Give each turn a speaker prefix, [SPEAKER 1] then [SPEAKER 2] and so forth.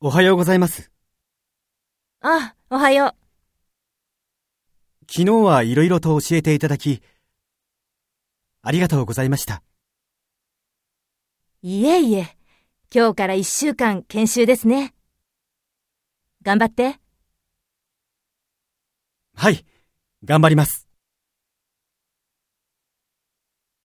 [SPEAKER 1] おはようございます。
[SPEAKER 2] あ、おはよ
[SPEAKER 1] 昨日はいろいろと教えていただき、ありがとうございました。
[SPEAKER 2] う。いえいえ、今日から一週間研修ですね。頑張って。
[SPEAKER 1] はい、頑張ります。